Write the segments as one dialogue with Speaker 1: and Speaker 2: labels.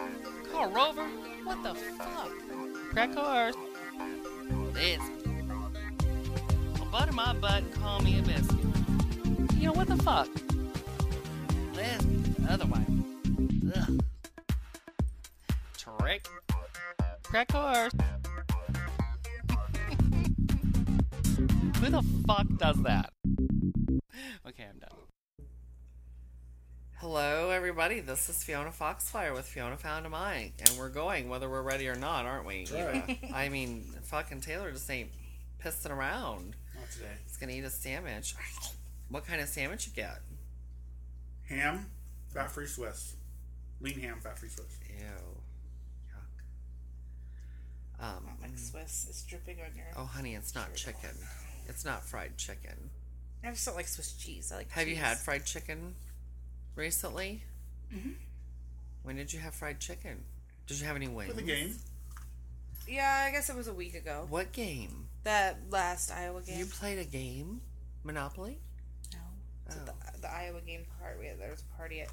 Speaker 1: a rover? What the fuck? Crack cars. This. Well, butter my butt and call me a biscuit. You know what the fuck? Lesbian, otherwise. Ugh. Trick. Crack cars. Who the fuck does that? Okay, I'm done.
Speaker 2: Hello, everybody. This is Fiona Foxfire with Fiona Found a Mike, and we're going whether we're ready or not, aren't we?
Speaker 3: Right.
Speaker 2: I mean, fucking Taylor just ain't pissing around.
Speaker 3: Not today.
Speaker 2: He's gonna eat a sandwich. What kind of sandwich you get?
Speaker 3: Ham, fat free Swiss. Lean ham, fat free Swiss.
Speaker 2: Ew, yuck. Um,
Speaker 4: Not like Swiss. It's dripping on your.
Speaker 2: oh, honey, it's not chicken. It's not fried chicken.
Speaker 4: I just don't like Swiss cheese. I like.
Speaker 2: Have you
Speaker 4: cheese.
Speaker 2: had fried chicken recently? When did you have fried chicken? Did you have any
Speaker 3: For
Speaker 2: wings?
Speaker 3: the game.
Speaker 4: Yeah, I guess it was a week ago.
Speaker 2: What game?
Speaker 4: That last Iowa game.
Speaker 2: You played a game? Monopoly?
Speaker 4: no. It's at
Speaker 2: Oh.
Speaker 4: the, the Iowa game part. We had, there was a party at.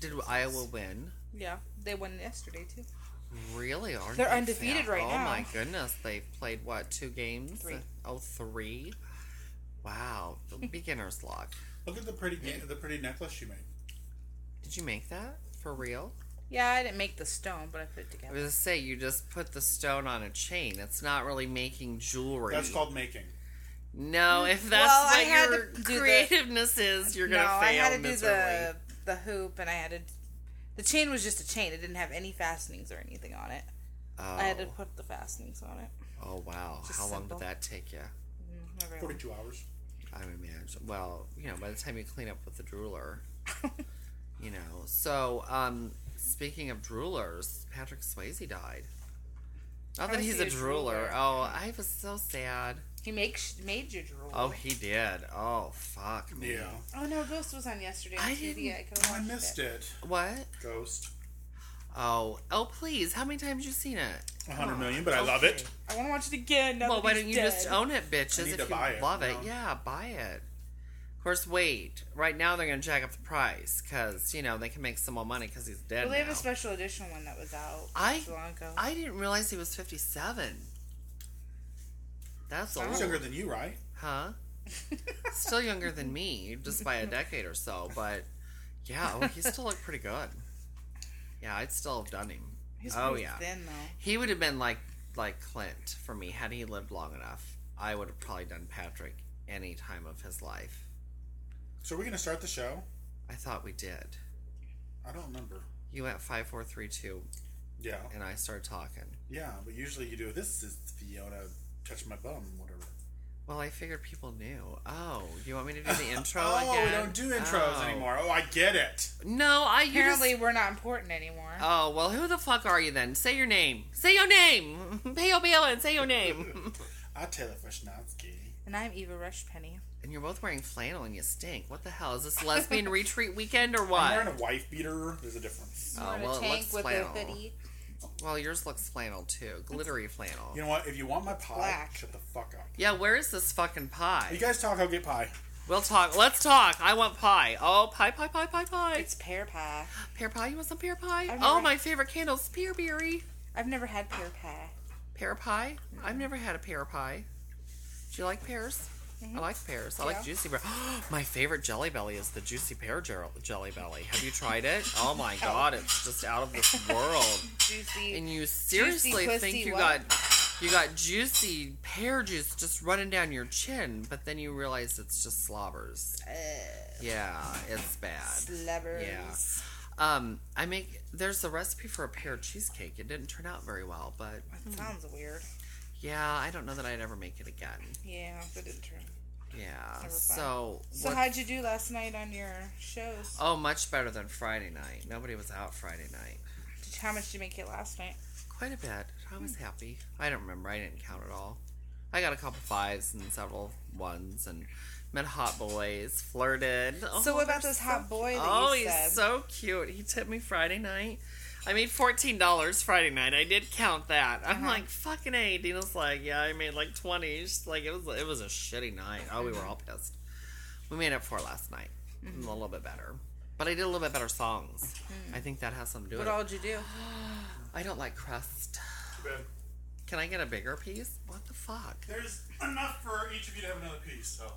Speaker 2: Did Iowa win?
Speaker 4: Yeah, they won yesterday too.
Speaker 2: Really? Aren't
Speaker 4: They're
Speaker 2: they
Speaker 4: undefeated
Speaker 2: fat?
Speaker 4: right
Speaker 2: oh
Speaker 4: now.
Speaker 2: my goodness. They've played, what, two games?
Speaker 4: Three.
Speaker 2: Oh, three? Wow. The beginner's luck.
Speaker 3: Look at the pretty ga- the pretty necklace you made.
Speaker 2: Did you make that? For real?
Speaker 4: Yeah, I didn't make the stone, but I put it
Speaker 2: I
Speaker 4: together.
Speaker 2: was going to say, you just put the stone on a chain. It's not really making jewelry.
Speaker 3: That's called making.
Speaker 2: No, if that's
Speaker 4: Mm, Well, I
Speaker 2: what
Speaker 4: had
Speaker 2: your
Speaker 4: to do the-
Speaker 2: creativeness is, you're going to
Speaker 4: no,
Speaker 2: fail
Speaker 4: I had to do
Speaker 2: miserably.
Speaker 4: the the hoop, and I had to. The chain was just a chain. It didn't have any fastenings or anything on it.
Speaker 2: Oh.
Speaker 4: I had to put the fastenings on it.
Speaker 2: oh, wow.
Speaker 4: Just
Speaker 2: How long
Speaker 4: simple.
Speaker 2: did that take you?
Speaker 4: Mm, not very
Speaker 3: Forty two hours.
Speaker 2: I would imagine. Well, you know, by the time you clean up with the drooler, you know. So, um, speaking of droolers, Patrick Swayze died. Not
Speaker 4: How
Speaker 2: that
Speaker 4: is
Speaker 2: he's
Speaker 4: he
Speaker 2: a
Speaker 4: a
Speaker 2: drooler.
Speaker 4: drooler?
Speaker 2: Oh, I was so sad.
Speaker 4: He makes made you drool.
Speaker 2: Oh, he did. Oh, fuck me.
Speaker 3: Yeah.
Speaker 4: Oh, no, Ghost was on yesterday. On
Speaker 2: I
Speaker 4: TV.
Speaker 2: didn't-
Speaker 4: I could
Speaker 3: I missed it.
Speaker 2: What?
Speaker 3: Ghost.
Speaker 2: Oh, oh, please. How many times you seen it?
Speaker 3: A hundred million, but I love it.
Speaker 4: I want to watch it again. Now
Speaker 2: well,
Speaker 4: that
Speaker 2: why
Speaker 4: Oh, he's
Speaker 2: don't you
Speaker 4: dead.
Speaker 2: just own it, bitches?
Speaker 3: I need
Speaker 2: if
Speaker 3: to
Speaker 2: you
Speaker 3: buy it,
Speaker 2: love it,
Speaker 3: no.
Speaker 2: yeah, buy it. Of course, wait. Right now, they're gonna jack up the price because you know they can make some more money because he's dead.
Speaker 4: Well, they have
Speaker 2: now.
Speaker 4: a special edition one that was out.
Speaker 2: I-
Speaker 4: not too long ago.
Speaker 2: I didn't realize he was 57. That's
Speaker 3: I'm
Speaker 2: old.
Speaker 3: younger than you, right?
Speaker 2: Huh? Still younger than me, just by a decade or so, but yeah, oh, he still looked pretty good. Yeah, I'd still have done him.
Speaker 4: He's
Speaker 2: oh,
Speaker 4: pretty
Speaker 2: yeah.
Speaker 4: thin though.
Speaker 2: He would have been like like Clint for me had he lived long enough. I would have probably done Patrick any time of his life.
Speaker 3: So we're gonna start the show.
Speaker 2: I thought we did.
Speaker 3: I don't remember.
Speaker 2: You went five, four, three, two,
Speaker 3: Yeah.
Speaker 2: and I started talking.
Speaker 3: Yeah, but usually you do this is Fiona touch my bum, whatever.
Speaker 2: Well, I figured people knew. Oh, you want me to do the intro
Speaker 3: oh,
Speaker 2: again?
Speaker 3: we don't do intros
Speaker 2: Oh.
Speaker 3: anymore. Oh, I get it.
Speaker 2: No, I you
Speaker 4: Apparently,
Speaker 2: just-
Speaker 4: we're not important anymore.
Speaker 2: Oh well, who the fuck are you then? Say your name. Say your name. Pale Balin. Say your name.
Speaker 3: I Taylor Fashnatsky.
Speaker 4: and I'm Eva Rushpenny.
Speaker 2: and you're both wearing flannel and you stink. What the hell is this lesbian retreat weekend or
Speaker 3: I'm wearing
Speaker 2: what?
Speaker 3: a wife beater. There's a difference.
Speaker 2: Oh,
Speaker 4: Wearing
Speaker 2: well,
Speaker 4: a
Speaker 2: it
Speaker 4: tank
Speaker 2: looks
Speaker 4: with
Speaker 2: flannel.
Speaker 4: a hoodie.
Speaker 2: Well, yours looks flannel too, glittery flannel.
Speaker 3: You know what? If you want my pie,
Speaker 4: black.
Speaker 3: shut the fuck up.
Speaker 2: Yeah, where is this fucking
Speaker 3: You
Speaker 2: pie?
Speaker 3: guys talk. I'll get pie.
Speaker 2: We'll talk. Let's talk. I want pie. Oh, pie, pie, pie, pie, pie.
Speaker 4: It's pear pie.
Speaker 2: pear pie. You want some pear pie?
Speaker 4: I've
Speaker 2: Oh,
Speaker 4: never-
Speaker 2: my favorite candles, pear berry.
Speaker 4: I've never had pear pie.
Speaker 2: Pear pie?
Speaker 4: Mm-hmm.
Speaker 2: I've never had a pear pie. Do you like pears? I like pears. I
Speaker 4: Mm-hmm. Yeah.
Speaker 2: like juicy pear. my favorite Jelly Belly is the juicy pear ger- Jelly Belly. Have you tried it? Oh my god, it's just out of this world.
Speaker 4: Juicy.
Speaker 2: And you seriously
Speaker 4: pussy
Speaker 2: think you
Speaker 4: what?
Speaker 2: got you got juicy pear juice just running down your chin, but then you realize it's just slobbers.
Speaker 4: uh,
Speaker 2: Yeah, it's bad.
Speaker 4: Slubbers.
Speaker 2: Um, I make there's a recipe for a pear cheesecake. It didn't turn out very well, but
Speaker 4: That sounds weird.
Speaker 2: yeah, I don't know that I'd ever make it again.
Speaker 4: Yeah, that didn't turn.
Speaker 2: Yeah.
Speaker 4: Never
Speaker 2: So,
Speaker 4: So,
Speaker 2: what-
Speaker 4: how'd you do last night on your shows?
Speaker 2: oh, much better than Friday night. Nobody was out Friday night.
Speaker 4: Did- How much did you make it last night?
Speaker 2: Quite a bit. I
Speaker 4: Hmm.
Speaker 2: was happy. I don't remember. I didn't count at all. I got a couple fives and several ones and met hot boys, flirted.
Speaker 4: so,
Speaker 2: Oh,
Speaker 4: what about
Speaker 2: they're
Speaker 4: this
Speaker 2: so-
Speaker 4: hot boy that
Speaker 2: Oh,
Speaker 4: you
Speaker 2: he's
Speaker 4: said?
Speaker 2: so cute. He tipped me Friday night. I made fourteen dollars Friday night. I did count that. I'm
Speaker 4: Uh-huh.
Speaker 2: like fucking a. Dina's like, yeah, I made like twenty. She's like, it was it was a shitty night. Oh, we were
Speaker 4: Mm-hmm.
Speaker 2: all pissed. We made up for it last night. A little bit better, but I did a little bit better songs. I think that has something to do with
Speaker 4: what
Speaker 2: it.
Speaker 4: Mm-hmm. all did you do?
Speaker 2: I don't like crust.
Speaker 5: Too bad.
Speaker 2: Can I get a bigger piece? What the fuck?
Speaker 5: There's enough for each of you to have another piece, so.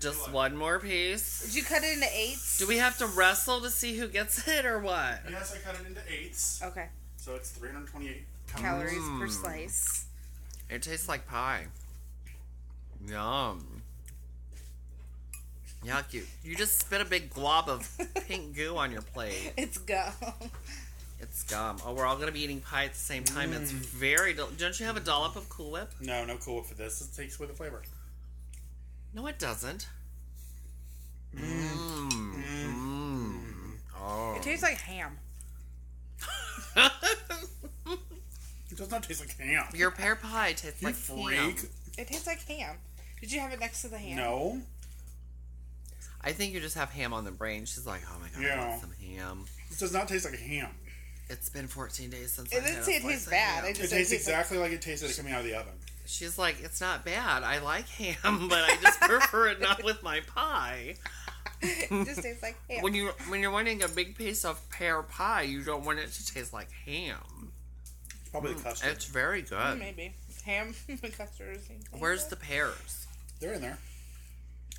Speaker 2: Just one more piece?
Speaker 4: Did you cut it into eights?
Speaker 2: Do we have to wrestle to see who gets it or what?
Speaker 5: Yes, I cut it into eighths,
Speaker 4: Okay.
Speaker 5: so it's 328.
Speaker 4: Calories per
Speaker 2: Hmm.
Speaker 4: slice.
Speaker 2: It tastes like pie. Yum. Yuck, you, you just spit a big glob of pink goo on your plate.
Speaker 4: It's gum.
Speaker 2: It's gum. Oh, we're all gonna be eating pie at the same time. It's
Speaker 4: Mm.
Speaker 2: very. Del- Don't you have a dollop of Cool Whip?
Speaker 3: No, no cool Whip for this. It takes away the flavor.
Speaker 2: No, it doesn't. Mmm. Mmm. Oh.
Speaker 4: It tastes like ham.
Speaker 3: It does not taste like ham.
Speaker 2: Your pear pie tastes
Speaker 3: You
Speaker 2: like ham.
Speaker 3: freak.
Speaker 4: It tastes like ham. Did you have it next to the ham?
Speaker 3: No.
Speaker 2: I think you just have ham on the brain. She's like, oh my god, I
Speaker 3: Yeah.
Speaker 2: want some ham.
Speaker 3: This does not taste like ham.
Speaker 2: It's been 14 days since. I
Speaker 4: It didn't
Speaker 2: had
Speaker 4: say
Speaker 2: a
Speaker 4: it tastes
Speaker 2: slice of
Speaker 4: bad.
Speaker 2: ham."
Speaker 4: I
Speaker 3: It
Speaker 4: just
Speaker 3: tastes
Speaker 4: said it like-
Speaker 3: exactly like it tasted coming out of the oven.
Speaker 2: She's like, it's not bad. I like ham, but I just prefer it not with my pie.
Speaker 4: it just tastes like ham.
Speaker 2: When you when you're wanting a big piece of pear pie, you don't want it to taste like ham.
Speaker 3: It's probably
Speaker 4: Mm.
Speaker 3: the custard.
Speaker 2: It's very good.
Speaker 4: Maybe ham and custard. is the same thing.
Speaker 2: Where's the pears?
Speaker 3: They're in there.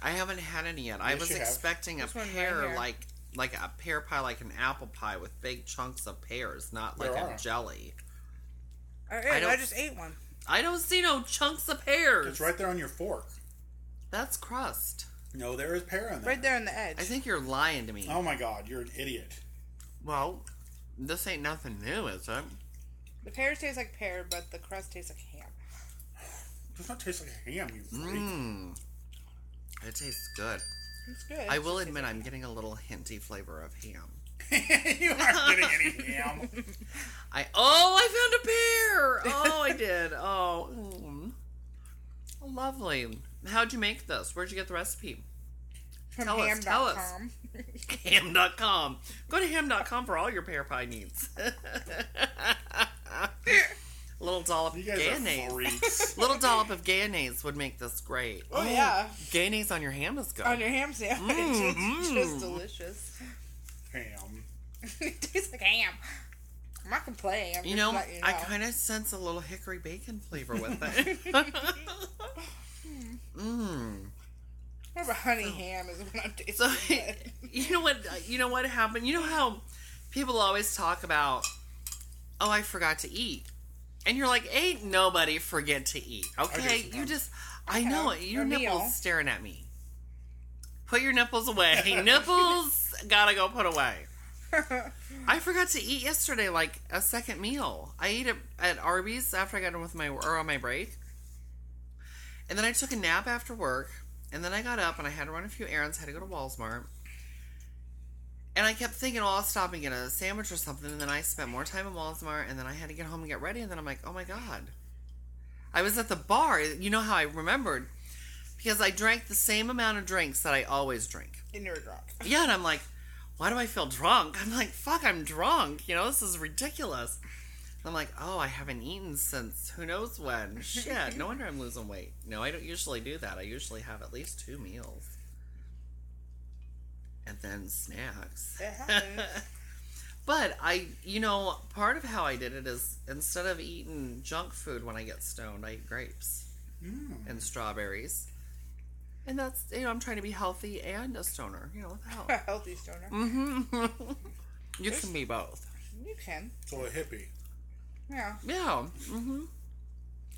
Speaker 2: I haven't had any yet. I
Speaker 3: Yes,
Speaker 2: was
Speaker 3: you have.
Speaker 2: expecting a
Speaker 4: This one right
Speaker 2: pear
Speaker 4: here.
Speaker 2: like like a pear pie, like an apple pie with big chunks of pears, not like
Speaker 3: There
Speaker 2: a
Speaker 3: are.
Speaker 2: jelly.
Speaker 4: Oh, I, ate-
Speaker 2: I don't-
Speaker 4: I just ate one.
Speaker 2: I don't see no chunks of pears.
Speaker 3: It's right there on your fork.
Speaker 2: That's crust.
Speaker 3: No, there is pear in there.
Speaker 4: Right there on the edge.
Speaker 2: I think you're lying to me.
Speaker 3: Oh my god, you're an idiot.
Speaker 2: Well, this ain't nothing new, is it?
Speaker 4: The pears taste like pear, but the crust tastes like ham.
Speaker 3: It does not taste like ham, you freak.
Speaker 2: Mmm. It tastes good.
Speaker 4: It's good.
Speaker 2: I will admit I'm getting a little hinty flavor of ham.
Speaker 3: you aren't getting any ham.
Speaker 2: I oh I found a pear. Oh I did. Oh, mm. lovely. How'd you make this? Where'd you get the recipe?
Speaker 4: From
Speaker 2: tell us,
Speaker 4: ham.com.
Speaker 2: tell us. Ham.com. Go to ham.com for all your pear pie needs. little dollop of
Speaker 3: You guys are
Speaker 2: mayonnaise.
Speaker 3: freaks.
Speaker 2: Little dollop of mayonnaise would make this great.
Speaker 4: Oh, yeah.
Speaker 2: Mayonnaise on your ham is good.
Speaker 4: On your ham sandwich. It's
Speaker 2: Mm, mm.
Speaker 4: just delicious.
Speaker 3: ham.
Speaker 4: it tastes like ham. I'm not complaining. I'm
Speaker 2: You
Speaker 4: just
Speaker 2: know,
Speaker 4: letting you know,
Speaker 2: I kind of sense a little hickory bacon flavor with it. Mmm.
Speaker 4: More of a honey ham is what I'm tasting.
Speaker 2: Oh. So
Speaker 4: but-
Speaker 2: you know what? uh, You know what happened? You know how people always talk about, oh, I forgot to eat, and you're like, ain't nobody forget to eat. Okay, you
Speaker 3: sometimes.
Speaker 2: just, I know it. Your
Speaker 4: a meal.
Speaker 2: nipples staring at me. Put your nipples away. nipples gotta go put away. I forgot to eat yesterday, like a second meal. I ate it at Arby's after I got done with my or on my break, and then I took a nap after work, and then I got up and I had to run a few errands. Had to go to Walmart, and I kept thinking, "Oh, I'll stop and get a sandwich or something." And then I spent more time in Walmart, and then I had to get home and get ready. And then I'm like, "Oh my god, I was at the bar." You know how I remembered because I drank the same amount of drinks that I always drink.
Speaker 4: and you're drunk.
Speaker 2: Yeah, and I'm like, why do I feel drunk? I'm like, fuck, I'm drunk. You know, this is ridiculous. And I'm like, oh, I haven't eaten since who knows when. Shit, no wonder I'm losing weight. No, I don't usually do that. I usually have at least two meals. And then snacks.
Speaker 4: It happens.
Speaker 2: But I, you know, part of how I did it is instead of eating junk food when I get stoned, I eat grapes
Speaker 3: Hmm.
Speaker 2: and strawberries. And that's, you know, I'm trying to be healthy and a stoner. You know, what the hell?
Speaker 4: a healthy stoner.
Speaker 2: You can be both.
Speaker 4: You can.
Speaker 3: So a hippie.
Speaker 4: Yeah.
Speaker 2: Yeah. hmm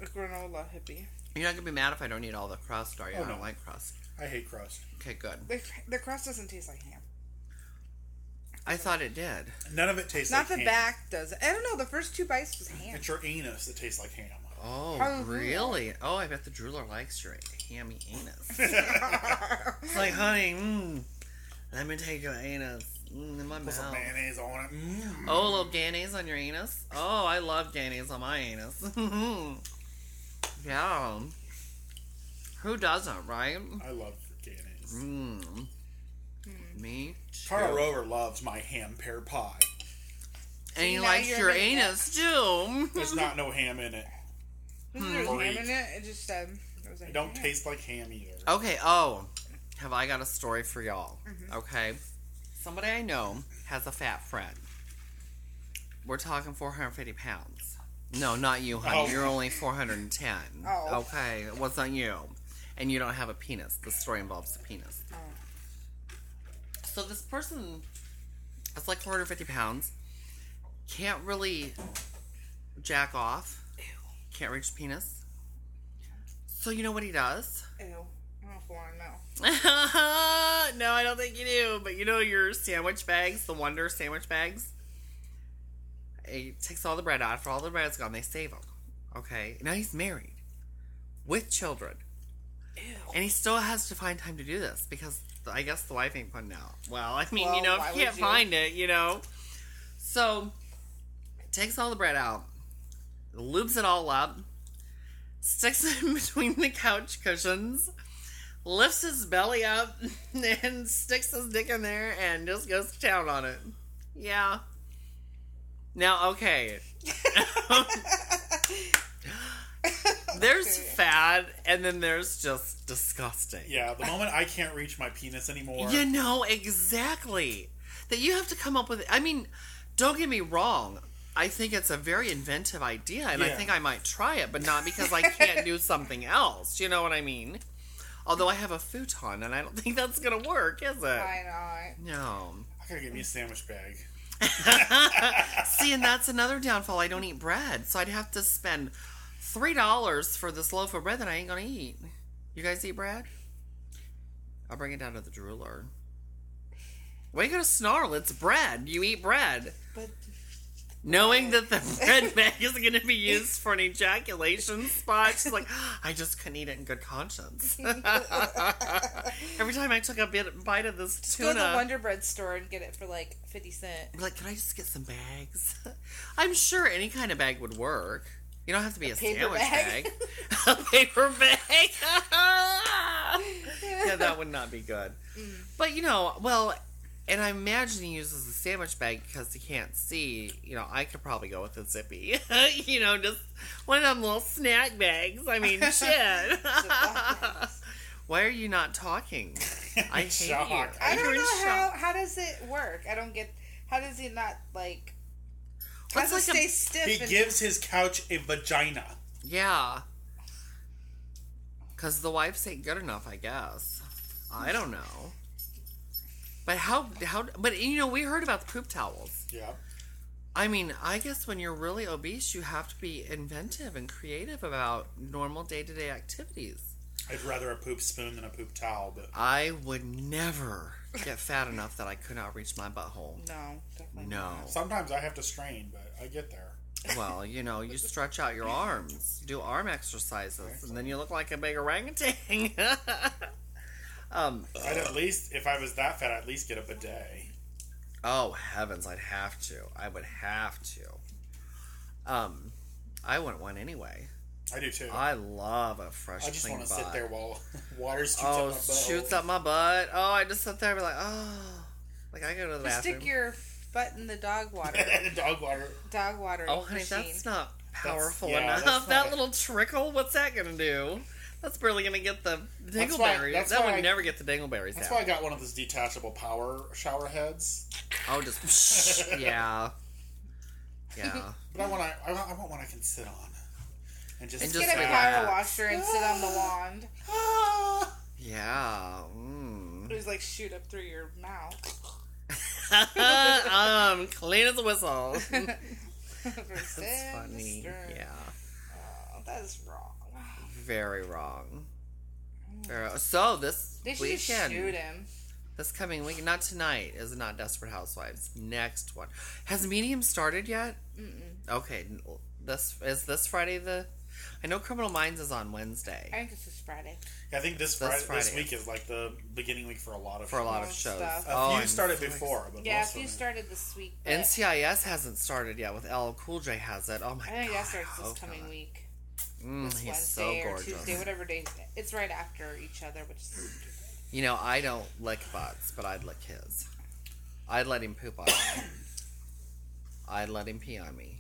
Speaker 4: A granola hippie.
Speaker 2: You're not gonna be mad if I don't eat all the crust, are you?
Speaker 3: Oh,
Speaker 2: I don't
Speaker 3: no.
Speaker 2: like crust.
Speaker 3: I hate crust.
Speaker 2: Okay, good.
Speaker 4: The, the crust doesn't taste like ham.
Speaker 2: I thought it did.
Speaker 3: None of it tastes
Speaker 4: Not the
Speaker 3: like ham.
Speaker 4: back does. I don't know. The first two bites was ham.
Speaker 3: It's your anus that tastes like ham.
Speaker 2: Oh,
Speaker 4: Oh,
Speaker 2: really? Oh, I bet the drooler likes your hammy anus. it's like, honey, mm, let me take your anus mm, in my
Speaker 3: Put some
Speaker 2: mouth.
Speaker 3: mayonnaise on it. Mm.
Speaker 2: Oh, a little mayonnaise on your anus? Oh, I love mayonnaise on my anus. yeah. Who doesn't, right?
Speaker 3: I love mayonnaise.
Speaker 4: Hmm.
Speaker 2: Mm. Me too.
Speaker 3: Carl Rover loves my ham pear pie.
Speaker 2: And he
Speaker 4: now
Speaker 2: likes
Speaker 4: you're
Speaker 2: your
Speaker 4: making it.
Speaker 2: anus too.
Speaker 3: There's not no ham in it.
Speaker 4: Because there was
Speaker 3: Great.
Speaker 4: ham in it. It just um, it was like
Speaker 3: It don't
Speaker 4: ham.
Speaker 3: taste like ham either.
Speaker 2: Okay, oh, have I got a story for y'all? Okay. Somebody I know has a fat friend. We're talking 450 pounds. No, not you, honey.
Speaker 3: Oh.
Speaker 2: You're only 410.
Speaker 4: Oh.
Speaker 2: Okay, it wasn't you. And you don't have a penis. The story involves a penis.
Speaker 4: Oh.
Speaker 2: So this person is like 450 pounds, can't really jack off, can't reach the penis. So you know what he does?
Speaker 4: Ew. I don't want to know.
Speaker 2: no, I don't think you do. But you know your sandwich bags, the Wonder sandwich bags. He takes all the bread out. After all the bread's gone, they save him. Okay. Now he's married, with children, and he still has to find time to do this because I guess the wife ain't putting out. Well, I mean, you
Speaker 4: Well,
Speaker 2: know,
Speaker 4: why
Speaker 2: if you
Speaker 4: would
Speaker 2: can't
Speaker 4: you?
Speaker 2: find it, you know. So, takes all the bread out, lubes it all up, sticks it in between the couch cushions lifts his belly up and sticks his dick in there and just goes to town on it. Yeah. Now, okay. there's fad, and then there's just disgusting.
Speaker 3: Yeah, the moment I can't reach my penis anymore.
Speaker 2: You know exactly that you have to come up with. I mean, don't get me wrong. I think it's a very inventive idea, and I
Speaker 3: Yeah.
Speaker 2: think I might try it, but not because I can't do something else. You know what I mean? Although I have a futon, and I don't think that's gonna work, is it?
Speaker 4: Why
Speaker 2: No.
Speaker 3: I gotta get me a sandwich bag.
Speaker 2: See, and that's another downfall. I don't eat bread, so I'd have to spend three dollars for this loaf of bread that I ain't gonna eat. You guys eat bread? I'll bring it down to the drooler. Why you gonna snarl? It's bread. You eat bread.
Speaker 4: But-
Speaker 2: Knowing that the bread bag is going to be used for an ejaculation spot, she's like, I just couldn't eat it in good conscience. Every time I took a bit bite of this
Speaker 4: not? Go
Speaker 2: tuna,
Speaker 4: to the Wonder Bread store and get it for like 50 cents.
Speaker 2: be like, can I just get some bags? I'm sure any kind of bag would work. You don't have to be a,
Speaker 4: paper
Speaker 2: sandwich bag.
Speaker 4: bag.
Speaker 2: a paper bag. yeah, that would not be good.
Speaker 4: Mm.
Speaker 2: But you know, well, and I imagine he uses a sandwich bag because he can't see. You know, I could probably go with a zippy. you know, just one of them little snack bags. I mean, shit. Why are you not talking? I hate
Speaker 3: Shocked.
Speaker 2: you.
Speaker 4: I
Speaker 2: You're
Speaker 4: don't
Speaker 2: in
Speaker 4: know how,
Speaker 2: shock.
Speaker 4: how does it work? I don't get how does he not like how
Speaker 2: It's
Speaker 4: does it
Speaker 2: like a-
Speaker 4: stay stiff
Speaker 3: He
Speaker 4: and
Speaker 3: gives his couch a vagina.
Speaker 2: Yeah. Because the wives ain't good enough, I guess. I don't know. But how, how, but you know, we heard about the poop towels.
Speaker 3: Yeah.
Speaker 2: I mean, I guess when you're really obese, you have to be inventive and creative about normal day to day activities.
Speaker 3: I'd rather a poop spoon than a poop towel, but
Speaker 2: I would never get fat enough that I could not reach my butthole.
Speaker 4: No, definitely
Speaker 2: No.
Speaker 3: sometimes I have to strain, but I get there.
Speaker 2: Well, you know, you stretch out your arms, do arm exercises, and then you look like a big orangutan. um,
Speaker 3: I'd at least, if I was that fat, I'd at least get a bidet.
Speaker 2: Oh heavens, I'd have to. I would have to. Um, I wouldn't want anyway.
Speaker 3: I do too. I,
Speaker 2: I love a fresh.
Speaker 3: just
Speaker 2: clean
Speaker 3: want to
Speaker 2: butt.
Speaker 3: sit there while water shoots up my
Speaker 2: Oh,
Speaker 3: butt.
Speaker 2: shoots up my butt. Oh, I just sit there and be like, oh, like I go to the
Speaker 4: Just
Speaker 2: bathroom.
Speaker 4: stick your butt in the dog water.
Speaker 3: Dog water.
Speaker 4: dog water.
Speaker 2: oh, honey,
Speaker 4: machine.
Speaker 2: that's not powerful
Speaker 3: yeah,
Speaker 2: enough.
Speaker 3: that's
Speaker 2: that
Speaker 3: not-
Speaker 2: little trickle. What's that gonna do? That's barely gonna get the
Speaker 3: That's why-
Speaker 2: dingleberries.
Speaker 3: that's
Speaker 2: that
Speaker 3: why
Speaker 2: would
Speaker 3: I-
Speaker 2: never get the dingleberries
Speaker 3: That's
Speaker 2: out.
Speaker 3: why I got one of those detachable power shower heads.
Speaker 2: oh, just yeah, yeah.
Speaker 3: But I want to. I want, I want one I can sit on. And just,
Speaker 2: And
Speaker 4: Get
Speaker 2: just
Speaker 4: a
Speaker 2: like "Ah,
Speaker 4: power
Speaker 2: that.
Speaker 4: washer and sit on the wand.
Speaker 3: Ah!
Speaker 2: Yeah. Mm.
Speaker 4: It was like shoot up through your mouth.
Speaker 2: um, clean as a whistle.
Speaker 4: That's
Speaker 2: That's funny. Yeah.
Speaker 4: that's wrong.
Speaker 2: Very wrong. Very- So this
Speaker 4: They should just
Speaker 2: weekend,
Speaker 4: shoot him.
Speaker 2: this coming week, not tonight, is not Desperate Housewives. Next one. Has Medium started yet? Mm-mm. Okay. n- This is this Friday. The I know Criminal Minds is on Wednesday
Speaker 4: I think this is Friday.
Speaker 3: I think this Friday,
Speaker 2: That's
Speaker 3: this
Speaker 2: Friday.
Speaker 3: week is like the beginning week for a lot of
Speaker 2: for a lot of Oh,
Speaker 4: Most
Speaker 2: shows.
Speaker 4: stuff.
Speaker 3: A few
Speaker 2: I'm
Speaker 3: started
Speaker 2: so
Speaker 3: before, but
Speaker 4: Yeah,
Speaker 3: most
Speaker 4: if you
Speaker 3: of them-
Speaker 4: started this week. but
Speaker 2: NCIS hasn't started yet. With LL Cool J has it. Oh my
Speaker 4: I think
Speaker 2: god.
Speaker 4: that starts this
Speaker 2: oh
Speaker 4: coming
Speaker 2: God.
Speaker 4: week.
Speaker 2: Mm,
Speaker 4: It's
Speaker 2: he's
Speaker 4: Wednesday
Speaker 2: so
Speaker 4: or
Speaker 2: gorgeous.
Speaker 4: Tuesday, whatever day. It's right after each other, which is
Speaker 2: You know, I don't lick butts, but I'd lick his. I'd let him poop on me. I'd let him pee on me.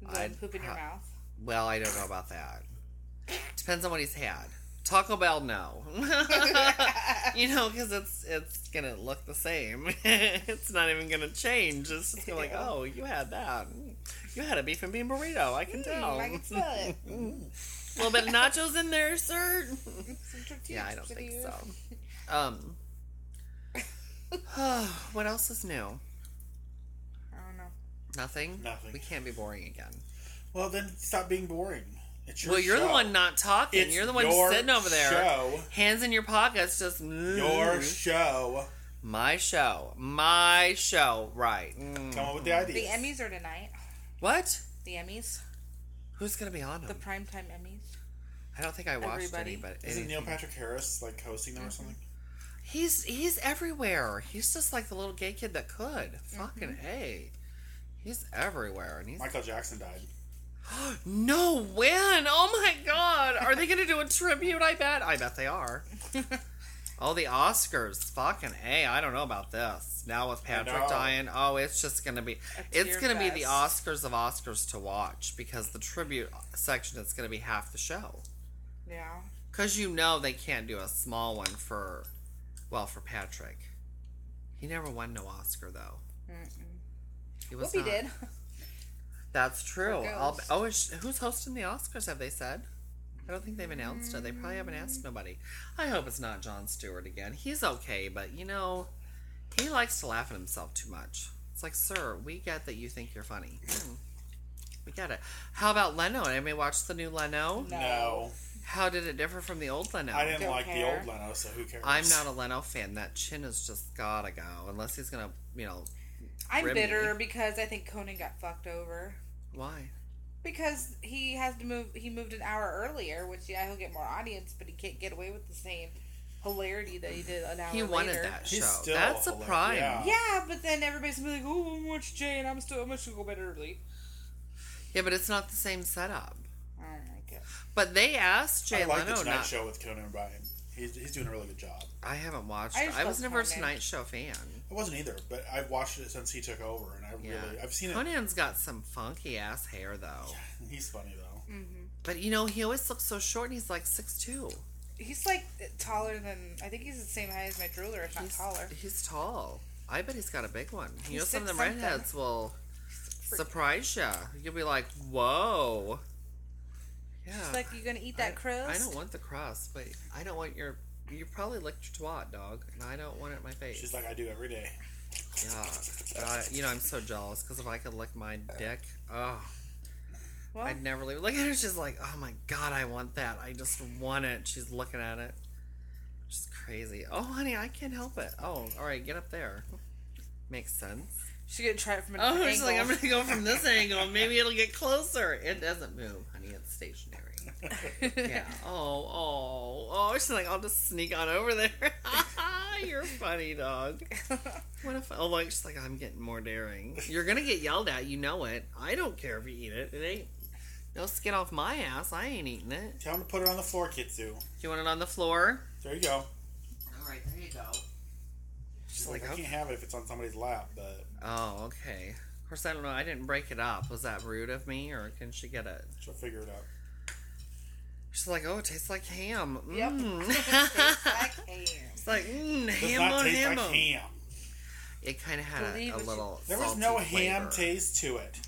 Speaker 4: you
Speaker 2: I'd
Speaker 4: poop in your
Speaker 2: pro-
Speaker 4: mouth.
Speaker 2: Well, I don't know about that. Depends on what he's had. Taco Bell, no. you know, because it's it's gonna look the same. it's not even gonna change. It's just gonna like,
Speaker 4: Yeah.
Speaker 2: oh, you had that. You had a beef and bean burrito. I can tell.
Speaker 4: Hmm, I can smell it.
Speaker 2: a little bit of nachos in there, sir.
Speaker 4: Some tortillas
Speaker 2: yeah, I don't
Speaker 4: for
Speaker 2: think
Speaker 4: you.
Speaker 2: so. Um, what else is new?
Speaker 4: I don't know.
Speaker 2: Nothing.
Speaker 3: Nothing.
Speaker 2: We can't be boring again.
Speaker 3: Well, then stop being boring. It's your
Speaker 2: well, you're the
Speaker 3: show.
Speaker 2: one not talking.
Speaker 3: It's
Speaker 2: you're the one
Speaker 3: your
Speaker 2: sitting over there,
Speaker 3: Show.
Speaker 2: hands in your pockets, just mm.
Speaker 3: Your
Speaker 2: Mm-hmm.
Speaker 3: show.
Speaker 2: my show, my show, right? Mm.
Speaker 3: Come up with the ideas.
Speaker 4: The Emmys are tonight.
Speaker 2: What?
Speaker 4: The Emmys,
Speaker 2: Who's gonna be on
Speaker 4: the
Speaker 2: them?
Speaker 4: primetime Emmys.
Speaker 2: I don't think I watched
Speaker 4: Everybody.
Speaker 2: any, but
Speaker 3: Isn't Neil
Speaker 2: anything.
Speaker 3: Patrick Harris like hosting
Speaker 2: Mm-hmm.
Speaker 3: them or something?
Speaker 2: he's he's everywhere. He's just like the little gay kid that could.
Speaker 4: Mm-hmm.
Speaker 2: Fucking a. He's everywhere, and he's
Speaker 3: Michael Jackson died.
Speaker 2: no when. Oh my god, are they gonna do a tribute? I bet. I bet they are. Oh, the Oscars. Fucking A. I don't know about this. Now with Patrick
Speaker 3: know.
Speaker 2: dying, oh, it's just going to be. It's
Speaker 4: tear
Speaker 2: going to be the
Speaker 4: fest.
Speaker 2: Oscars of Oscars to watch because the tribute section is going to be half the show.
Speaker 4: yeah.
Speaker 2: Because you know they can't do a small one for, well, for Patrick. He never won no Oscar, though. He was
Speaker 4: Whoopi
Speaker 2: not-
Speaker 4: did.
Speaker 2: That's true.
Speaker 4: For
Speaker 2: I'll,
Speaker 4: girls.
Speaker 2: oh, is, who's hosting the Oscars, have they said? I don't think they've announced it. They probably haven't asked nobody. I hope it's not John Stewart again. He's okay, but you know, he likes to laugh at himself too much. It's like, sir, we get that you think you're funny. Hmm. We get it. How about Leno? Anybody watch the new Leno?
Speaker 4: No.
Speaker 2: How did it differ from the old Leno?
Speaker 3: I didn't
Speaker 4: Don't
Speaker 3: like
Speaker 4: care.
Speaker 3: the old Leno, so who cares?
Speaker 2: I'm not a Leno fan. That chin has just gotta go. Unless he's gonna, you know,
Speaker 4: I'm
Speaker 2: Remy.
Speaker 4: bitter because I think Conan got fucked over
Speaker 2: why?
Speaker 4: because he has to move. He moved an hour earlier, which yeah, he'll get more audience, but he can't get away with the same hilarity that he did an hour.
Speaker 2: He wanted
Speaker 4: later.
Speaker 2: that show.
Speaker 3: He's still
Speaker 2: That's a
Speaker 3: hilarious.
Speaker 2: prime.
Speaker 3: Yeah.
Speaker 4: Yeah, but then everybody's gonna be like, "Oh, I'm watch Jay, and I'm still I'm just gonna go bed early."
Speaker 2: yeah, but it's not the same setup.
Speaker 4: I don't like it.
Speaker 2: But they asked Jay
Speaker 3: I like the
Speaker 2: Leno
Speaker 3: Tonight
Speaker 2: not.
Speaker 3: Show with Conan O'Brien. He's, he's doing a really good job.
Speaker 2: I haven't watched.
Speaker 4: I
Speaker 2: it.
Speaker 4: just
Speaker 2: I
Speaker 4: love
Speaker 2: was never a
Speaker 4: Conan.
Speaker 2: Tonight Show fan.
Speaker 3: I wasn't either, but I've watched it since he took over, and I
Speaker 2: Yeah,
Speaker 3: really I've seen it.
Speaker 2: Conan's got some funky ass hair though.
Speaker 3: He's funny
Speaker 4: Mm.
Speaker 3: though.
Speaker 2: But you know, he always looks so short, and he's like six two.
Speaker 4: He's like taller than I think he's the same height as my drooler, if not
Speaker 2: He's
Speaker 4: taller.
Speaker 2: He's tall. I bet he's got a big one. You
Speaker 4: He's
Speaker 2: know, some of
Speaker 4: six
Speaker 2: them
Speaker 4: something.
Speaker 2: redheads will surprise you. You'll be like, "Whoa!" Yeah.
Speaker 4: It's like you gonna eat that crust?
Speaker 2: I don't want the cross, but I don't want your. You probably licked your twat, dog, and I don't want it in my face.
Speaker 3: She's like I do every day.
Speaker 2: Yeah, but I, Uh, you know I'm so jealous because if I could lick my dick, oh,
Speaker 4: Well,
Speaker 2: I'd never leave. it. Look at her, she's like, oh my god, I want that. I just want it. She's looking at it. She's crazy. Oh, honey, I can't help it. Oh, all right, get up there. Makes sense.
Speaker 4: she gonna try it from another
Speaker 2: Oh, she's
Speaker 4: angle.
Speaker 2: like, I'm gonna go from this angle. Maybe it'll get closer. It doesn't move, honey. It's stationary. Yeah. Oh, oh, oh. She's like, I'll just sneak on over there. You're funny, dog. What if? Oh, like she's like, I'm getting more daring. You're gonna get yelled at. You know it. I don't care if you eat it. It ain't no skin off my ass. I ain't eating it.
Speaker 3: Tell him to put it on the floor, Kitsu.
Speaker 2: You want it on the floor?
Speaker 3: There you go.
Speaker 2: All right, there you go.
Speaker 3: She's
Speaker 2: She's
Speaker 3: like,
Speaker 2: like,
Speaker 3: I can't have it if it's on somebody's lap, but
Speaker 2: Oh, okay. Of course, I don't know. I didn't break it up. Was that rude of me, or can she get it?
Speaker 3: she'll figure it out.
Speaker 2: She's like, oh, it tastes like ham.
Speaker 4: Yep.
Speaker 2: Mm.
Speaker 4: Like, "Damn."
Speaker 2: it's like mm,
Speaker 3: Does
Speaker 2: ham
Speaker 3: not
Speaker 2: on
Speaker 3: taste
Speaker 2: ham.
Speaker 3: like
Speaker 2: on.
Speaker 3: ham.
Speaker 2: It kind of had a,
Speaker 4: Believe
Speaker 2: a
Speaker 4: what you-
Speaker 2: little.
Speaker 3: There was
Speaker 2: salty
Speaker 3: no ham
Speaker 2: flavor.
Speaker 3: taste to it.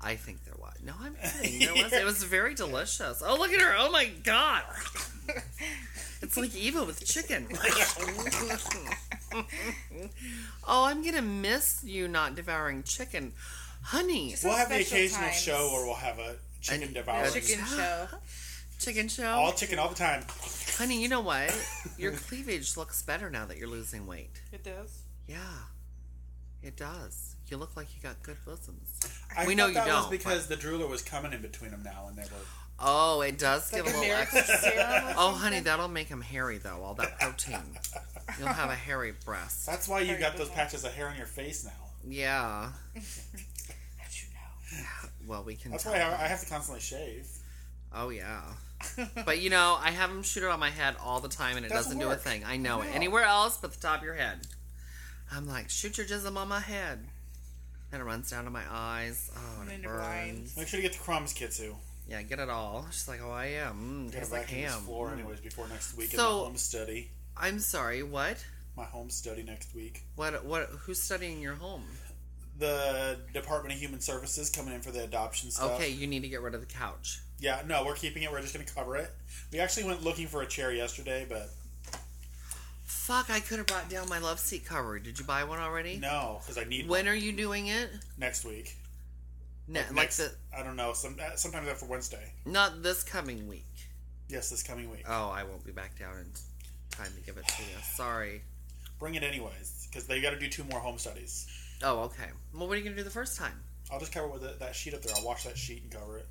Speaker 2: I think there was. No, I'm kidding. There was. It was very delicious. Oh, look at her. Oh my god. It's like Eva with chicken. oh, I'm gonna miss you not devouring chicken, honey.
Speaker 4: Just
Speaker 3: We'll have the
Speaker 4: special
Speaker 3: occasional
Speaker 4: times.
Speaker 3: show where we'll have a chicken
Speaker 2: And-
Speaker 3: devouring.
Speaker 4: chicken show.
Speaker 2: Chicken show,
Speaker 3: All chicken all the time.
Speaker 2: honey. You know what? Your cleavage looks better now that you're losing weight.
Speaker 4: It does.
Speaker 2: Yeah, it does. You look like you got good bosoms.
Speaker 3: I
Speaker 2: We know
Speaker 3: thought
Speaker 2: you
Speaker 3: that was
Speaker 2: don't,
Speaker 3: because the drooler was coming in between them now, and they were.
Speaker 2: Oh, it does give a
Speaker 4: Like
Speaker 2: little
Speaker 4: American
Speaker 2: extra.
Speaker 4: serum or
Speaker 2: Oh,
Speaker 4: something.
Speaker 2: honey, that'll make him hairy though. All that protein, you'll have a hairy breast.
Speaker 3: That's why you
Speaker 4: Very
Speaker 3: got those
Speaker 4: bizarre.
Speaker 3: patches of hair on your face now.
Speaker 2: Yeah.
Speaker 4: How'd you know?
Speaker 2: Well, we can.
Speaker 3: That's
Speaker 2: tell
Speaker 3: why I, I have to constantly shave.
Speaker 2: Oh yeah. but you know, I have them shoot it on my head all the time, and it
Speaker 3: Doesn't
Speaker 2: doesn't, do a
Speaker 3: work.
Speaker 2: thing. I know it.
Speaker 3: No.
Speaker 2: Anywhere else but the top of your head. I'm like, shoot your jism on my head, and it runs down to my eyes. Oh, and
Speaker 4: And
Speaker 2: it
Speaker 4: then your
Speaker 2: burns.
Speaker 4: blinds.
Speaker 3: Make sure to get the crumbs, Kitsu.
Speaker 2: Yeah, get it all. She's like, oh, I am. Mm,
Speaker 3: Gotta
Speaker 2: tastes like
Speaker 3: vacuum this
Speaker 2: ham.
Speaker 3: floor
Speaker 2: Mm.
Speaker 3: anyways before next week. So,
Speaker 2: So-
Speaker 3: the home study.
Speaker 2: I'm sorry. What?
Speaker 3: My home study next week.
Speaker 2: What? What? Who's studying your home?
Speaker 3: The Department of Human Services coming in for the adoption stuff.
Speaker 2: Okay, you need to get rid of the couch.
Speaker 3: Yeah, no, we're keeping it. We're just going to cover it. We actually went looking for a chair yesterday, but
Speaker 2: Fuck! I could have brought down my love seat cover. Did you buy one already?
Speaker 3: no, because I need
Speaker 2: When are you doing it?
Speaker 3: next week.
Speaker 2: Ne- like
Speaker 3: next,
Speaker 2: the
Speaker 3: I don't know. Some uh, sometimes after Wednesday.
Speaker 2: not this coming week.
Speaker 3: Yes, this coming week.
Speaker 2: Oh, I won't be back down in time to give it to you. Sorry.
Speaker 3: Bring it anyways, because they got to do two more home studies.
Speaker 2: Oh, okay. Well, what are you gonna do the first time?
Speaker 3: I'll just cover it with that- that sheet up there. I'll wash that sheet and cover it.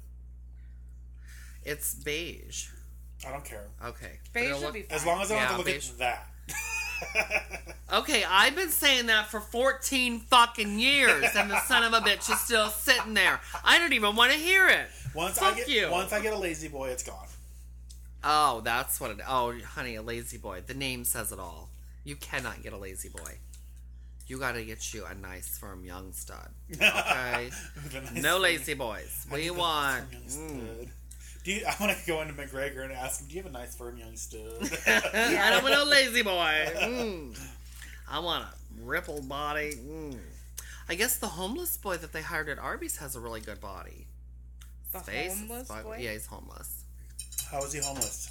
Speaker 2: It's beige.
Speaker 3: I don't care.
Speaker 2: Okay. But
Speaker 4: Beige
Speaker 2: it'll
Speaker 4: will
Speaker 2: look-
Speaker 4: be fine.
Speaker 3: As long as I don't
Speaker 2: Ah, Yeah,
Speaker 3: have to look
Speaker 2: bitch.
Speaker 3: at that.
Speaker 2: Okay, I've been saying that for 14 fucking years, and the son of a bitch is still sitting there. I don't even want to hear it.
Speaker 3: once
Speaker 2: Fuck
Speaker 3: I get
Speaker 2: you.
Speaker 3: once I get a lazy boy, it's gone.
Speaker 2: Oh, that's what it. Oh, honey, a lazy boy. The name says it all. You cannot get a lazy boy. You gotta get you a nice, firm young stud. Okay.
Speaker 3: The nice
Speaker 2: no
Speaker 3: thing-
Speaker 2: lazy boys.
Speaker 3: I
Speaker 2: We
Speaker 3: need the
Speaker 2: want.
Speaker 3: nice firm young
Speaker 2: mm.
Speaker 3: stud. Do you, I want to go into McGregor and ask him, "Do you have a nice firm young stud?"
Speaker 2: I don't want no lazy boy. Mm. I want a rippled body. Mm. I guess the homeless boy that they hired at Arby's has a really good body.
Speaker 4: The
Speaker 2: Face is
Speaker 4: homeless
Speaker 2: fuck-
Speaker 4: boy.
Speaker 2: Yeah, he's homeless.
Speaker 3: How is he homeless?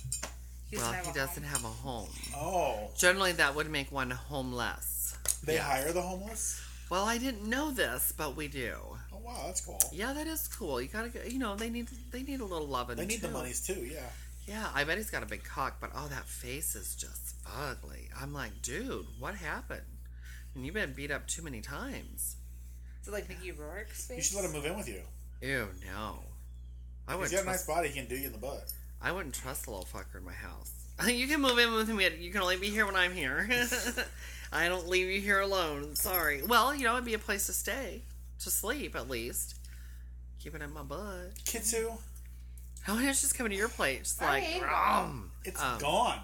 Speaker 4: He doesn't
Speaker 2: well,
Speaker 4: have
Speaker 2: he
Speaker 4: a
Speaker 2: doesn't
Speaker 4: home.
Speaker 2: have a home.
Speaker 3: Oh,
Speaker 2: Generally, that would make one homeless.
Speaker 3: they
Speaker 2: Yeah.
Speaker 3: hire the homeless.
Speaker 2: Well, I didn't know this, but we do.
Speaker 3: Oh wow, that's cool.
Speaker 2: Yeah, that is cool. You gotta, go- you know, they need they need a little loving.
Speaker 3: They need the
Speaker 2: too.
Speaker 3: monies too. Yeah.
Speaker 2: Yeah, I bet he's got a big cock, but oh, that face is just ugly. I'm like, dude, what happened? And you've been beat up too many times.
Speaker 4: Is it like Mickey Rourke's face?
Speaker 3: You should let him move in with you.
Speaker 2: Ew, no. I wouldn't,
Speaker 3: He's got a
Speaker 2: trust,
Speaker 3: nice body. He can do you in the butt.
Speaker 2: I wouldn't trust a little fucker in my house. you can move in with me. You can only be here when I'm here. I don't leave you here alone. Sorry. Well, you know, it'd be a place to stay, to sleep at least. Keep it in my butt.
Speaker 3: Kitsu,
Speaker 2: Oh, yeah, she's coming to your place. She's
Speaker 4: I
Speaker 2: Like,
Speaker 4: hate her.
Speaker 2: "Rum."
Speaker 3: it's
Speaker 2: Um,
Speaker 3: gone.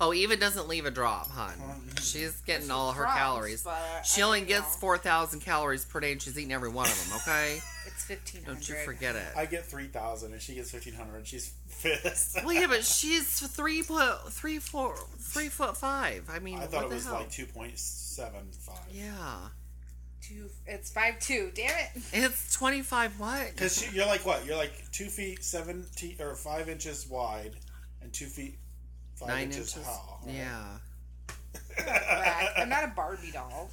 Speaker 2: oh, Eva doesn't leave a drop, hon.
Speaker 3: Mhm.
Speaker 2: She's getting all her
Speaker 4: Frogs,
Speaker 2: calories.
Speaker 4: but
Speaker 2: She
Speaker 4: I
Speaker 2: only
Speaker 4: don't
Speaker 2: gets
Speaker 4: know.
Speaker 2: 4,000 calories per day, and she's eating every one of them, okay?
Speaker 4: It's fifteen hundred.
Speaker 2: Don't you forget it.
Speaker 3: I get three thousand and she gets fifteen hundred. and She's pissed.
Speaker 2: Well, yeah, but she's three foot, three four, three foot five. I mean,
Speaker 3: I
Speaker 2: what
Speaker 3: thought it
Speaker 2: the
Speaker 3: was
Speaker 2: hell?
Speaker 3: like two point seven five.
Speaker 2: yeah,
Speaker 4: Two. It's five two. Damn it.
Speaker 2: it's twenty five. What?
Speaker 3: Because you're like what? You're like two feet seven te- or five inches wide, and two feet five
Speaker 2: Nine
Speaker 3: inches,
Speaker 2: inches.
Speaker 3: tall.
Speaker 2: Yeah.
Speaker 4: Right. I'm not a Barbie doll.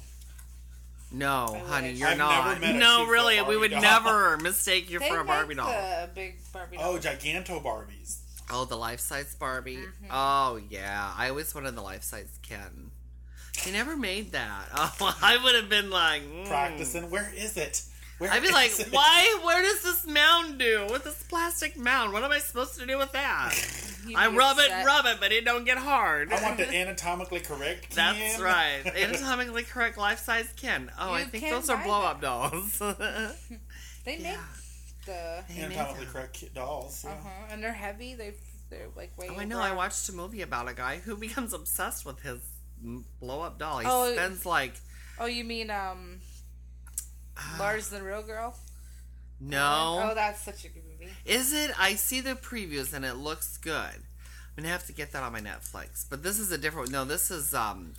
Speaker 2: No,
Speaker 4: Oh, I
Speaker 2: honey,
Speaker 4: wish.
Speaker 2: you're
Speaker 3: I've
Speaker 2: not.
Speaker 3: never met a
Speaker 2: no,
Speaker 3: two-foot
Speaker 2: really, we
Speaker 3: Barbie
Speaker 2: would
Speaker 3: doll.
Speaker 2: never mistake you
Speaker 4: They
Speaker 2: for a
Speaker 4: make
Speaker 2: Barbie doll.
Speaker 4: The big Barbie doll.
Speaker 3: Oh, giganto Barbies.
Speaker 2: Oh, the life size Barbie.
Speaker 4: Mm-hmm.
Speaker 2: Oh yeah, I always wanted the life size Ken. They never made that. Oh, I would have been like mm.
Speaker 3: Practicing. Where is it? Where
Speaker 2: I'd be
Speaker 3: is
Speaker 2: like,
Speaker 3: it?
Speaker 2: why? What does this mound do? What this plastic mound? What am I supposed to do with that?
Speaker 4: You'd
Speaker 2: Oh, I
Speaker 4: be
Speaker 2: rub
Speaker 4: upset.
Speaker 2: it, rub it, but it don't get hard.
Speaker 3: I want the anatomically correct.
Speaker 2: That's
Speaker 3: Ken.
Speaker 2: right. Anatomically correct life size Ken. Oh, I
Speaker 4: You
Speaker 2: think
Speaker 4: can
Speaker 2: those are
Speaker 4: buy
Speaker 2: blow up dolls.
Speaker 4: They make
Speaker 2: Yeah.
Speaker 4: the.
Speaker 2: They make
Speaker 3: anatomically
Speaker 2: them.
Speaker 3: correct kid dolls.
Speaker 4: Uh
Speaker 3: yeah.
Speaker 4: huh.
Speaker 2: Uh-huh.
Speaker 4: And they're heavy. They they're like way.
Speaker 2: Oh, I know.
Speaker 4: over-
Speaker 2: I watched a movie about a guy who becomes obsessed with his blow up doll. He
Speaker 4: Oh,
Speaker 2: spends like.
Speaker 4: Oh, you mean um, Lars the Real Girl? Oh,
Speaker 2: uh, No.
Speaker 4: that's such a good movie.
Speaker 2: Is it? I see the previews and it looks good. I'm going to have to get that on my Netflix. But this is a different No, this is um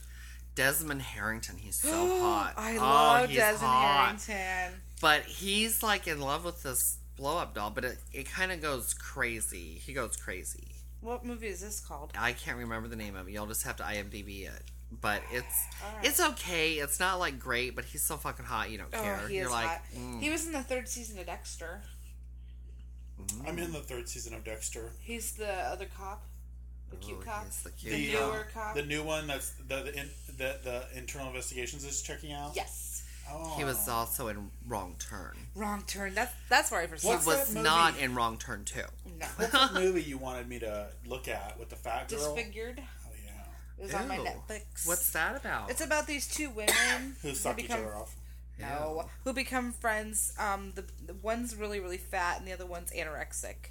Speaker 2: Desmond Harrington. He's so hot.
Speaker 4: I
Speaker 2: Oh,
Speaker 4: love
Speaker 2: he's
Speaker 4: Desmond
Speaker 2: hot.
Speaker 4: Harrington.
Speaker 2: but he's like in love with this blow up doll, but it, it kind of goes crazy. He goes crazy.
Speaker 4: What movie is this called?
Speaker 2: I can't remember the name of it. You'll just have to IMDb it. But it's
Speaker 4: Alright.
Speaker 2: it's okay. It's not like great, but he's so fucking hot. You don't care.
Speaker 4: Oh, he
Speaker 2: You're
Speaker 4: is
Speaker 2: like,
Speaker 4: hot.
Speaker 2: mm,
Speaker 4: He was in the third season of Dexter.
Speaker 3: I'm in the third season of Dexter.
Speaker 4: He's the other cop, the
Speaker 2: Ooh,
Speaker 4: cute cop.
Speaker 2: he's the
Speaker 4: The
Speaker 2: cute
Speaker 3: The,
Speaker 2: cop.
Speaker 3: uh,
Speaker 4: newer cop.
Speaker 3: The new one that's the the, in, the the internal investigations is checking out.
Speaker 4: yes.
Speaker 3: Oh.
Speaker 2: he was also in Wrong Turn.
Speaker 4: Wrong turn. That's that's where I first saw.
Speaker 3: What's
Speaker 2: He
Speaker 3: that
Speaker 2: was
Speaker 3: movie?
Speaker 2: not in Wrong Turn Two.
Speaker 4: it. No.
Speaker 3: What's that movie you wanted me to look at with the fat girl?
Speaker 4: Disfigured.
Speaker 3: Oh yeah.
Speaker 4: It was on my
Speaker 2: Ew.
Speaker 4: Netflix.
Speaker 2: What's that about?
Speaker 4: It's about these two women
Speaker 3: Who suck each other off?
Speaker 4: No, who become friends. Um, the, the one's really really fat, and the other one's anorexic.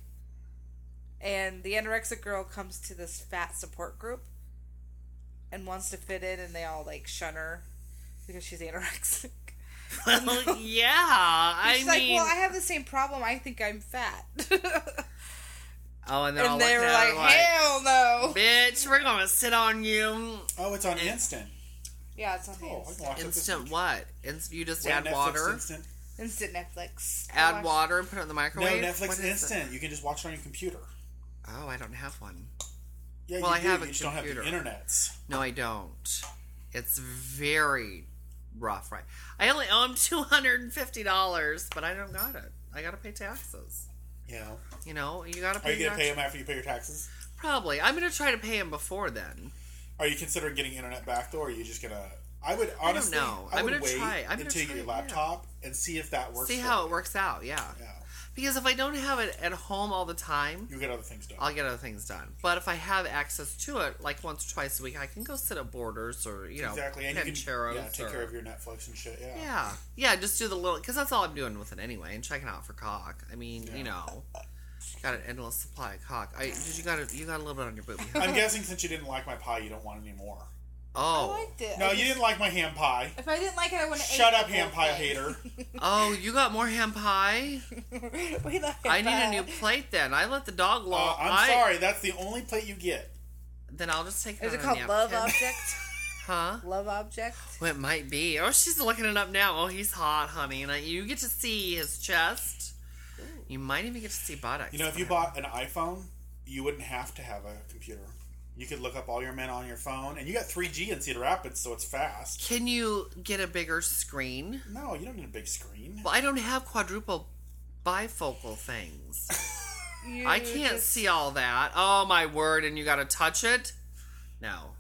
Speaker 4: And the anorexic girl comes to this fat support group, and wants to fit in, and they all like shun her because she's anorexic.
Speaker 2: Well, yeah. I
Speaker 4: She's like,
Speaker 2: mean,
Speaker 4: well, I have the same problem. I think I'm fat.
Speaker 2: oh, and they're all
Speaker 4: and they were
Speaker 2: like,
Speaker 4: like, hell no.
Speaker 2: bitch, we're gonna sit on you.
Speaker 5: Oh, it's on instant.
Speaker 4: Yeah, it's on the
Speaker 5: Oh, I can
Speaker 4: instant.
Speaker 5: watch it this
Speaker 2: Instant
Speaker 5: week.
Speaker 2: what? Inst- you just
Speaker 5: Well,
Speaker 2: add
Speaker 5: Netflix
Speaker 2: water,
Speaker 5: Instant.
Speaker 4: instant Netflix. I
Speaker 2: add
Speaker 4: watched-
Speaker 2: water, and put it in the
Speaker 5: No,
Speaker 2: microwave. What
Speaker 5: Netflix
Speaker 2: is it?
Speaker 5: Instant. You can just watch it on your computer.
Speaker 2: Oh, I don't have one.
Speaker 5: Yeah,
Speaker 2: Well,
Speaker 5: you
Speaker 2: I
Speaker 5: do.
Speaker 2: have
Speaker 5: you
Speaker 2: a
Speaker 5: just don't have the
Speaker 2: computer.
Speaker 5: internets.
Speaker 2: No, I don't. It's very rough, right? I only owe him two hundred and fifty dollars, but I don't got it. I gotta pay taxes.
Speaker 5: Yeah.
Speaker 2: You know, you gotta
Speaker 5: Are
Speaker 2: pay.
Speaker 5: you gonna pay
Speaker 2: taxes.
Speaker 5: them after you pay your taxes?
Speaker 2: Probably. I'm gonna try to pay him before then.
Speaker 5: Are you considering getting internet back though? Or are you just gonna? I would honestly.
Speaker 2: know.
Speaker 5: I
Speaker 2: I'm
Speaker 5: would
Speaker 2: gonna
Speaker 5: wait
Speaker 2: try- I'm gonna
Speaker 5: until you get your
Speaker 2: try it out.
Speaker 5: laptop and see if that works.
Speaker 2: See
Speaker 5: for
Speaker 2: how
Speaker 5: you.
Speaker 2: it works out. Yeah.
Speaker 5: Yeah.
Speaker 2: Because if I don't have it at home all the time,
Speaker 5: You get other things done.
Speaker 2: I'll get other things done. But if I have access to it, like once or twice a week, I can go sit at Borders or you know,
Speaker 5: exactly, and you can
Speaker 2: Pancheros
Speaker 5: yeah, take
Speaker 2: or-
Speaker 5: care of your Netflix and shit. Yeah.
Speaker 2: Yeah, yeah, just do the little because that's all I'm doing with it anyway, and checking out for cock. I mean,
Speaker 5: Yeah.
Speaker 2: you know, got an endless supply of cock. I did you got a, you got a little bit on your booby. huh?
Speaker 5: I'm guessing since you didn't like my pie, you don't want any more.
Speaker 4: I
Speaker 2: Oh,
Speaker 4: liked it.
Speaker 5: No,
Speaker 4: I
Speaker 5: you didn't like my ham pie.
Speaker 4: If I didn't like it, I wouldn't.
Speaker 5: Shut up, ham pie hater.
Speaker 2: oh, you got more ham pie.
Speaker 4: we love
Speaker 2: I need a
Speaker 4: that.
Speaker 2: new plate then. I let the dog
Speaker 5: Uh,
Speaker 2: walk.
Speaker 5: I'm
Speaker 2: I-
Speaker 5: sorry. That's the only plate you get.
Speaker 2: Then I'll just take.
Speaker 4: Is it
Speaker 2: another
Speaker 4: called love
Speaker 2: napkin.
Speaker 4: object?
Speaker 2: Huh?
Speaker 4: love object.
Speaker 2: Well, it might be. Oh, she's looking it up now. Oh, he's hot, honey. And I, you get to see his chest. You might even get to see buttocks.
Speaker 5: You know, if you bought an iPhone, you wouldn't have to have a computer. You could look up all your men on your phone, and you got 3G in Cedar Rapids, so it's fast.
Speaker 2: Can you get a bigger screen?
Speaker 5: No, you don't need a big screen.
Speaker 2: Well, I don't have quadruple bifocal things.
Speaker 4: You
Speaker 2: I can't
Speaker 4: just-
Speaker 2: see all that. Oh my word! And you got to touch it? No,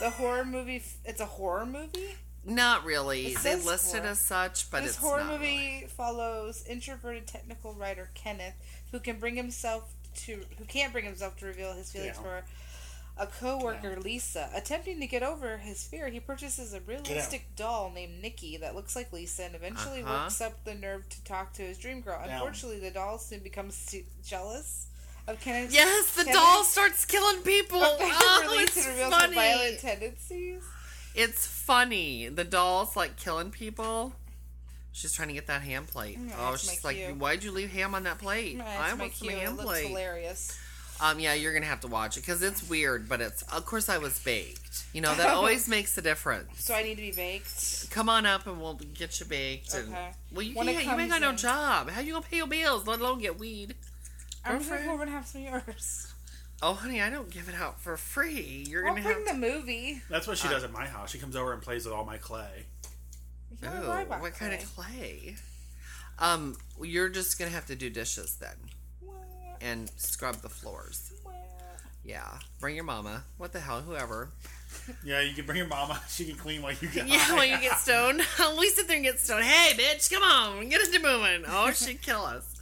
Speaker 4: the horror movie. f- It's a horror movie.
Speaker 2: not really.
Speaker 4: It
Speaker 2: they
Speaker 4: says
Speaker 2: listed
Speaker 4: horror.
Speaker 2: as such, but
Speaker 4: this
Speaker 2: it's
Speaker 4: horror
Speaker 2: not
Speaker 4: movie
Speaker 2: really.
Speaker 4: follows introverted technical writer Kenneth, who can bring himself to who can't bring himself to reveal his feelings
Speaker 5: Yeah.
Speaker 4: for a coworker, Lisa. Attempting to get over his fear, he purchases a realistic doll named Nikki that looks like Lisa, and eventually
Speaker 2: Uh-huh.
Speaker 4: works up the nerve to talk to his dream girl.
Speaker 5: Down.
Speaker 4: Unfortunately, the doll soon becomes se- jealous of Kenneth's
Speaker 2: Yes, the
Speaker 4: Kenneth's
Speaker 2: doll starts killing people. Oh,
Speaker 4: release
Speaker 2: it's
Speaker 4: and reveals her
Speaker 2: funny.
Speaker 4: violent tendencies.
Speaker 2: It's funny. The doll's like killing people. She's trying to get that ham plate.
Speaker 4: Mm,
Speaker 2: oh,
Speaker 4: that's my
Speaker 2: she's like,
Speaker 4: cue.
Speaker 2: "Why'd you leave ham on that plate?
Speaker 4: That's
Speaker 2: I
Speaker 4: my
Speaker 2: want some
Speaker 4: cue. It
Speaker 2: ham
Speaker 4: looks
Speaker 2: plate."
Speaker 4: hilarious.
Speaker 2: Um, yeah, you're gonna have to watch it because it's weird, but it's of course I was baked. You know that always makes a difference.
Speaker 4: So I need to be baked.
Speaker 2: Come on up and we'll get you baked. And,
Speaker 4: Okay.
Speaker 2: Well, you
Speaker 4: When it
Speaker 2: can't. You ain't
Speaker 4: comes
Speaker 2: got no
Speaker 4: in.
Speaker 2: job. How you gonna pay your bills? Let alone get weed.
Speaker 4: I'm just gonna
Speaker 2: Girlfriend.
Speaker 4: go over and have some of yours.
Speaker 2: Oh, honey, I don't give it out for free. You're
Speaker 4: I'll
Speaker 2: gonna have
Speaker 4: bring the movie.
Speaker 3: That's
Speaker 5: Uh,
Speaker 3: what she does at my house. She comes over and plays with all my clay.
Speaker 4: You
Speaker 2: to.
Speaker 4: can have
Speaker 2: Ooh,
Speaker 4: a Ryback
Speaker 2: what kind
Speaker 4: today.
Speaker 2: of clay? Um, you're just gonna have to do dishes then
Speaker 4: Wah,
Speaker 2: and scrub the floors.
Speaker 4: wah.
Speaker 2: Yeah, bring your mama. What the hell, whoever.
Speaker 3: Yeah, you can bring your mama. She can clean while you get
Speaker 2: Yeah, when you get stoned. we sit there and get stoned. Hey, bitch, come on, get us to moving. Oh, she'd kill us.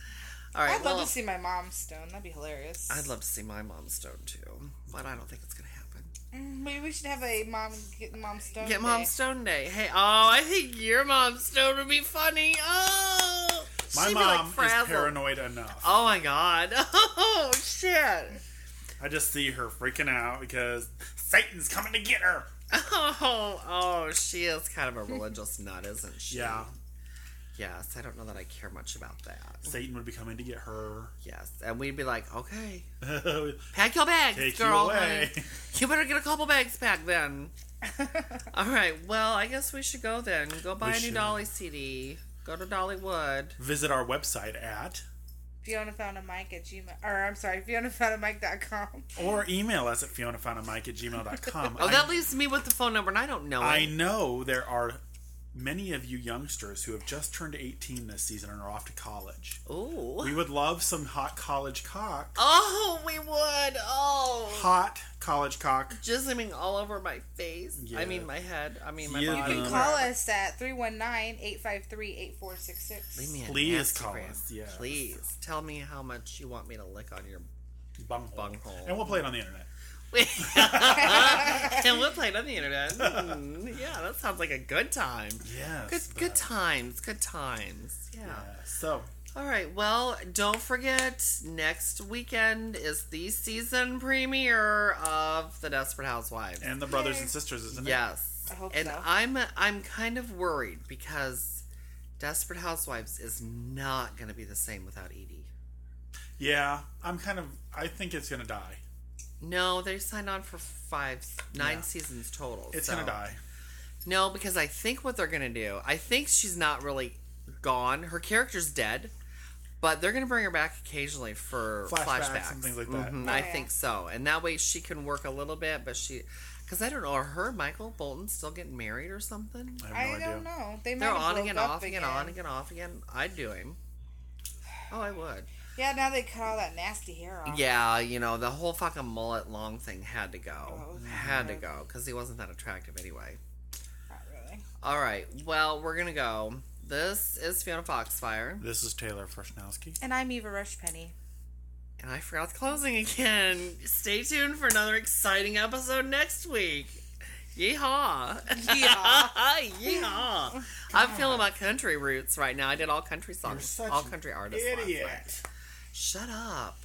Speaker 2: All right,
Speaker 4: I'd
Speaker 2: well,
Speaker 4: love to see my mom stone. That'd be hilarious.
Speaker 2: I'd love to see my mom stoned too, but I don't think it's gonna happen.
Speaker 4: Mm, Maybe we should have a mom get mom stone.
Speaker 2: Get mom
Speaker 4: day.
Speaker 2: stoned day. Hey, oh, I think your mom stoned would be funny. Oh,
Speaker 3: My
Speaker 2: she'd be, like,
Speaker 3: mom is
Speaker 2: frazzled.
Speaker 3: paranoid enough.
Speaker 2: Oh my god. Oh shit.
Speaker 3: I just see her freaking out because Satan's coming to get her.
Speaker 2: Oh, oh, she is kind of a religious nut, isn't she?
Speaker 3: Yeah,
Speaker 2: Yes, I don't know that I care much about that.
Speaker 3: Satan would be coming to get her.
Speaker 2: Yes, and we'd be like, okay,
Speaker 3: Take
Speaker 2: pack your bags,
Speaker 3: you
Speaker 2: girl.
Speaker 3: away.
Speaker 2: honey. You better get a couple bags packed then. All right. Well, I guess we should go then. Go buy
Speaker 3: We
Speaker 2: a new
Speaker 3: should.
Speaker 2: Dolly CD. Go to Dollywood.
Speaker 3: Visit our website at
Speaker 4: Fiona found a mic at Gmail. Or I'm sorry, Fiona found a mic.com.
Speaker 3: or email us at fionafoundamike at gmail.com.
Speaker 2: Oh, that leaves me with the phone number, and I don't know it.
Speaker 3: I know there are many of you youngsters who have just turned 18 this season and are off to college.
Speaker 2: Ooh.
Speaker 3: We would love some hot college cock.
Speaker 2: oh, we would. Oh.
Speaker 3: Hot college cock.
Speaker 2: Jizzing all over my face. I
Speaker 3: Yeah.
Speaker 2: mean, my head. I mean, my
Speaker 3: You
Speaker 2: body.
Speaker 3: can
Speaker 4: Call us at 319-853-8466.
Speaker 2: Leave me an
Speaker 3: Please
Speaker 2: Instagram.
Speaker 3: call us, yeah.
Speaker 2: Please tell me how much you want me to lick on your.
Speaker 3: Bung
Speaker 2: Bunghole.
Speaker 3: And we'll play it on the internet.
Speaker 2: and we'll play it on the internet. Mm, yeah, that sounds like a good time.
Speaker 3: Yes.
Speaker 2: Good,
Speaker 3: but-
Speaker 2: good times. Good times. yeah.
Speaker 3: Yeah, So,
Speaker 2: All right. Well, don't forget next weekend is the season premiere of The Desperate Housewives.
Speaker 3: and the brothers and sisters, isn't it?
Speaker 2: yes.
Speaker 4: I hope
Speaker 2: and
Speaker 4: so.
Speaker 2: I'm I'm kind of worried because Desperate Housewives is not going to be the same without Edie.
Speaker 3: Yeah, I'm kind of. I think it's gonna die.
Speaker 2: No, they signed on for five, nine
Speaker 3: Yeah.
Speaker 2: seasons total.
Speaker 3: It's
Speaker 2: so-
Speaker 3: gonna die.
Speaker 2: No, because I think what they're gonna do, I think she's not really gone. Her character's dead, but they're gonna bring her back occasionally for flashbacks,
Speaker 3: Flashbacks and things like that.
Speaker 2: Mhm,
Speaker 4: Oh,
Speaker 2: I
Speaker 4: yeah.
Speaker 2: think so, and that way she can work a little bit. But she, because I don't know, are her and Michael Bolton still getting married or something?
Speaker 3: I
Speaker 4: I
Speaker 3: have no
Speaker 4: don't
Speaker 3: idea.
Speaker 4: know. They might
Speaker 2: They're
Speaker 4: have
Speaker 2: on
Speaker 4: broke
Speaker 2: again,
Speaker 4: up
Speaker 2: off again,
Speaker 4: again.
Speaker 2: on again, off again. I'd do him. Oh, I would.
Speaker 4: Yeah, now they cut all that nasty hair off.
Speaker 2: Yeah, you know the whole fucking mullet long thing had to go,
Speaker 4: Oh,
Speaker 3: Mm-hmm.
Speaker 4: okay.
Speaker 2: had to go because he wasn't that attractive anyway.
Speaker 4: Not really.
Speaker 2: All right. Well, we're gonna go. This is Fiona Foxfire,
Speaker 3: This is Taylor Freshnowski.
Speaker 4: And I'm Eva Rushpenny.
Speaker 2: and I forgot the closing again. Stay tuned for another exciting episode next week. Yeehaw!
Speaker 4: Yeehaw.
Speaker 2: Yeehaw! I'm feeling my country roots right now. I did all country songs, all country artists. last night.
Speaker 5: Idiot.
Speaker 2: Shut up.